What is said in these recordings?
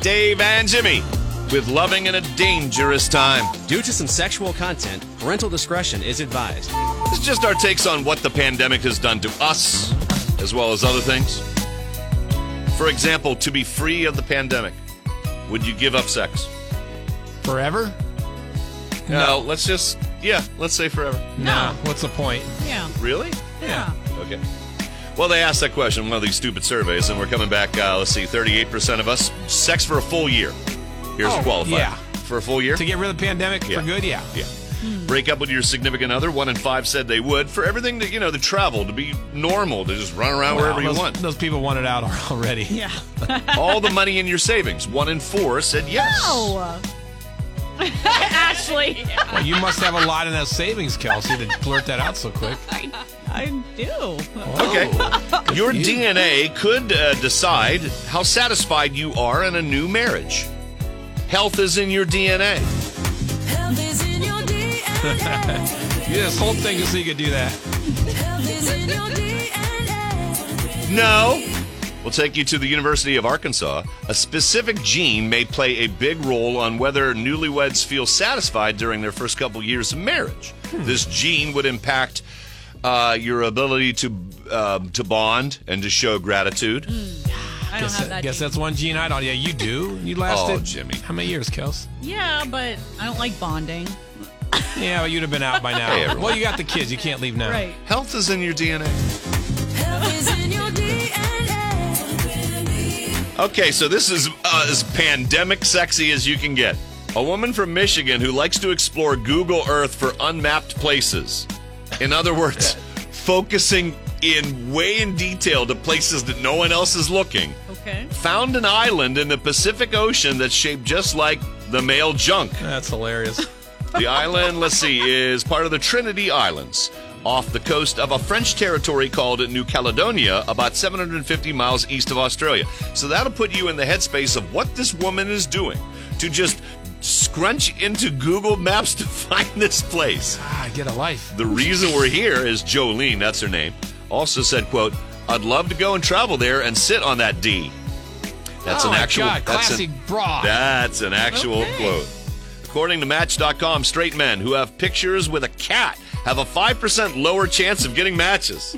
Dave and Jimmy with Loving in a Dangerous Time. Due to some sexual content, parental discretion is advised. This is just our takes on what the pandemic has done to us, as well as other things. For example, to be free of the pandemic, would you give up sex? Forever? No, let's just, yeah, let's say forever. No. What's the point? Yeah. Really? Yeah. Okay. Well, they asked that question in one of these stupid surveys, and we're coming back, uh, let's see, 38% of us, sex for a full year. Here's Oh, the qualifier. yeah. For a full year? To get rid of the pandemic Yeah. for good? Yeah. Yeah. Break up with your significant other. One in five said they would for everything to you know the travel to be normal to just run around wherever Wow, you those, want. Those people want it out already. Yeah. All the money in your savings. One in four said yes. Oh. Ashley. Well, you must have a lot in those savings, Kelsey, to blurt that out so quick. I, I do. Okay. Your you. DNA could uh, decide how satisfied you are in a new marriage. Health is in your DNA. Health is in your DNA. Yeah, this whole thing is so you could do that. Health is in your DNA. No. We'll take you to the University of Arkansas. A specific gene may play a big role on whether newlyweds feel satisfied during their first couple years of marriage. This gene would impact uh, your ability to um, to bond and to show gratitude. I don't Guess, have that. guess gene. that's one gene I don't. Yeah, you do. You lasted. Oh, Jimmy. How many years, Kels? yeah, but I don't like bonding. Yeah, but you'd have been out by now. Hey, everyone. well, you got the kids. You can't leave now. Right. Health is in your DNA. Health is in your DNA. Okay, so this is uh, as pandemic sexy as you can get. A woman from Michigan who likes to explore Google Earth for unmapped places. In other words, focusing in way in detail to places that no one else is looking. Okay. Found an island in the Pacific Ocean that's shaped just like the male junk. That's hilarious. The island, let's see, is part of the Trinity Islands off the coast of a French territory called New Caledonia, about 750 miles east of Australia. So that'll put you in the headspace of what this woman is doing to just scrunch into Google Maps to find this place. ah, get a life. The reason we're here is Jolene, that's her name, also said, quote, I'd love to go and travel there and sit on that D. That's oh an my actual God, that's an- classic broad. that's an actual Okay. quote. According to Match.com, straight men who have pictures with a cat have a 5% lower chance of getting matches.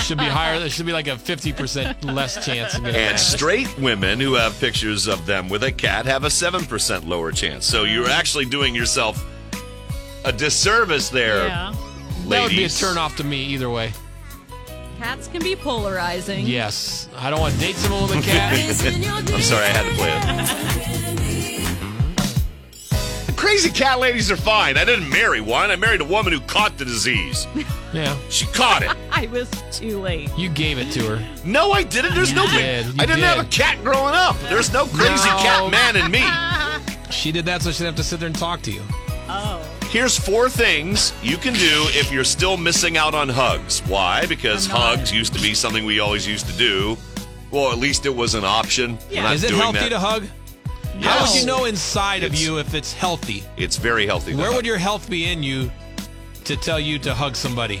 should be higher. There should be like a fifty percent less chance of getting And that. straight women who have pictures of them with a cat have a 7% lower chance. So you're actually doing yourself a disservice there, Yeah. ladies. That would be a turn off to me either way. Cats can be polarizing. Yes, I don't want to date someone with a cat. Is in your DNA. I'm sorry, I had to play it. The Crazy cat ladies are fine. I didn't marry one. I married a woman who caught the disease. yeah, She caught it. I was too late. you gave it to her. No, I didn't. There's no You big. did. You I didn't did. have a cat growing up. There's no crazy No. cat man in me. She did that so she'd have to sit there and talk to you. Oh. Here's four things you can do if you're still missing out on hugs. Why? Because Uh-huh. I'm not. hugs used to be something we always used to do. Well, at least it was an option. We're not Is it doing healthy that. to hug? How would you know inside of It's- you if it's healthy? It's very healthy. to Where hug. would your health be in you to tell you to hug somebody?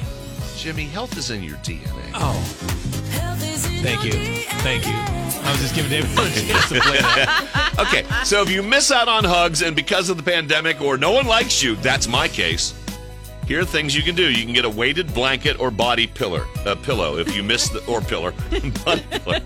Jimmy? Health is in your DNA. Oh, Health is in thank you, your DNA. thank you. I was just giving David a chance to play that. Okay, so if you miss out on hugs and because of the pandemic or no one likes you, that's my case. Here are things you can do. You can get a weighted blanket or body pillar, uh, pillow if you miss the or pillar. Body pillar.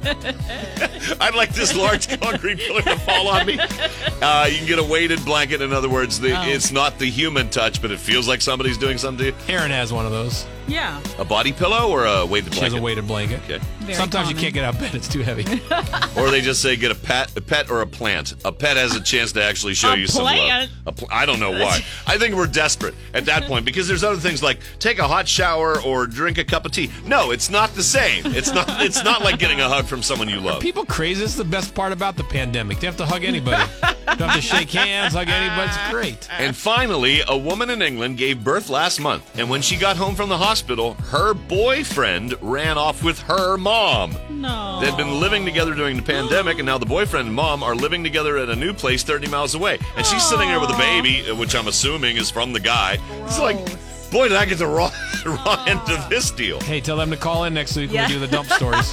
I'd like this large concrete pillar to fall on me. Uh, you can get a weighted blanket. In other words, the, Oh. it's not the human touch, but it feels like somebody's doing something to you. Aaron has one of those. Yeah. Uh, A body pillow or a weighted She blanket. has a weighted blanket. Okay. Very Sometimes you common. can't get out of bed; it's too heavy. Or they just say get a pet, a pet or a plant. A pet has a chance to actually show A you plant? some love. A pl- I don't know why. I think we're desperate at that point because there's other things like take a hot shower or drink a cup of tea. No, it's not the same. It's not. It's not like getting a hug from someone you love. People crazy. This is the best part about the pandemic. They have to hug anybody. Don't have to shake hands, hug anybody. It's great. And finally, a woman in England gave birth last month, and when she got home from the hospital, her boyfriend ran off with her mom. No. They'd been living together during the pandemic, and now the boyfriend and mom are living together at a new place 30 miles away. And she's sitting there with a baby, uh, which I'm assuming is from the guy. It's like, Gross. boy, did I get the wrong, wrong end of this deal. Hey, tell them to call in next week Yeah. when we do the dump stories.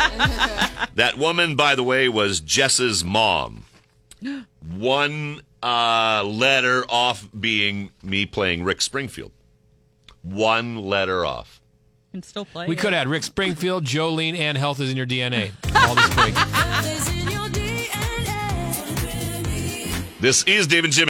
That woman, by the way, was Jess's mom. One uh, letter off being me playing Rick Springfield. One letter off. Can still play. We it. could have had Rick Springfield, Jolene, and health is in your DNA. All this break. Love is in your DNA. This is Dave and Jimmy.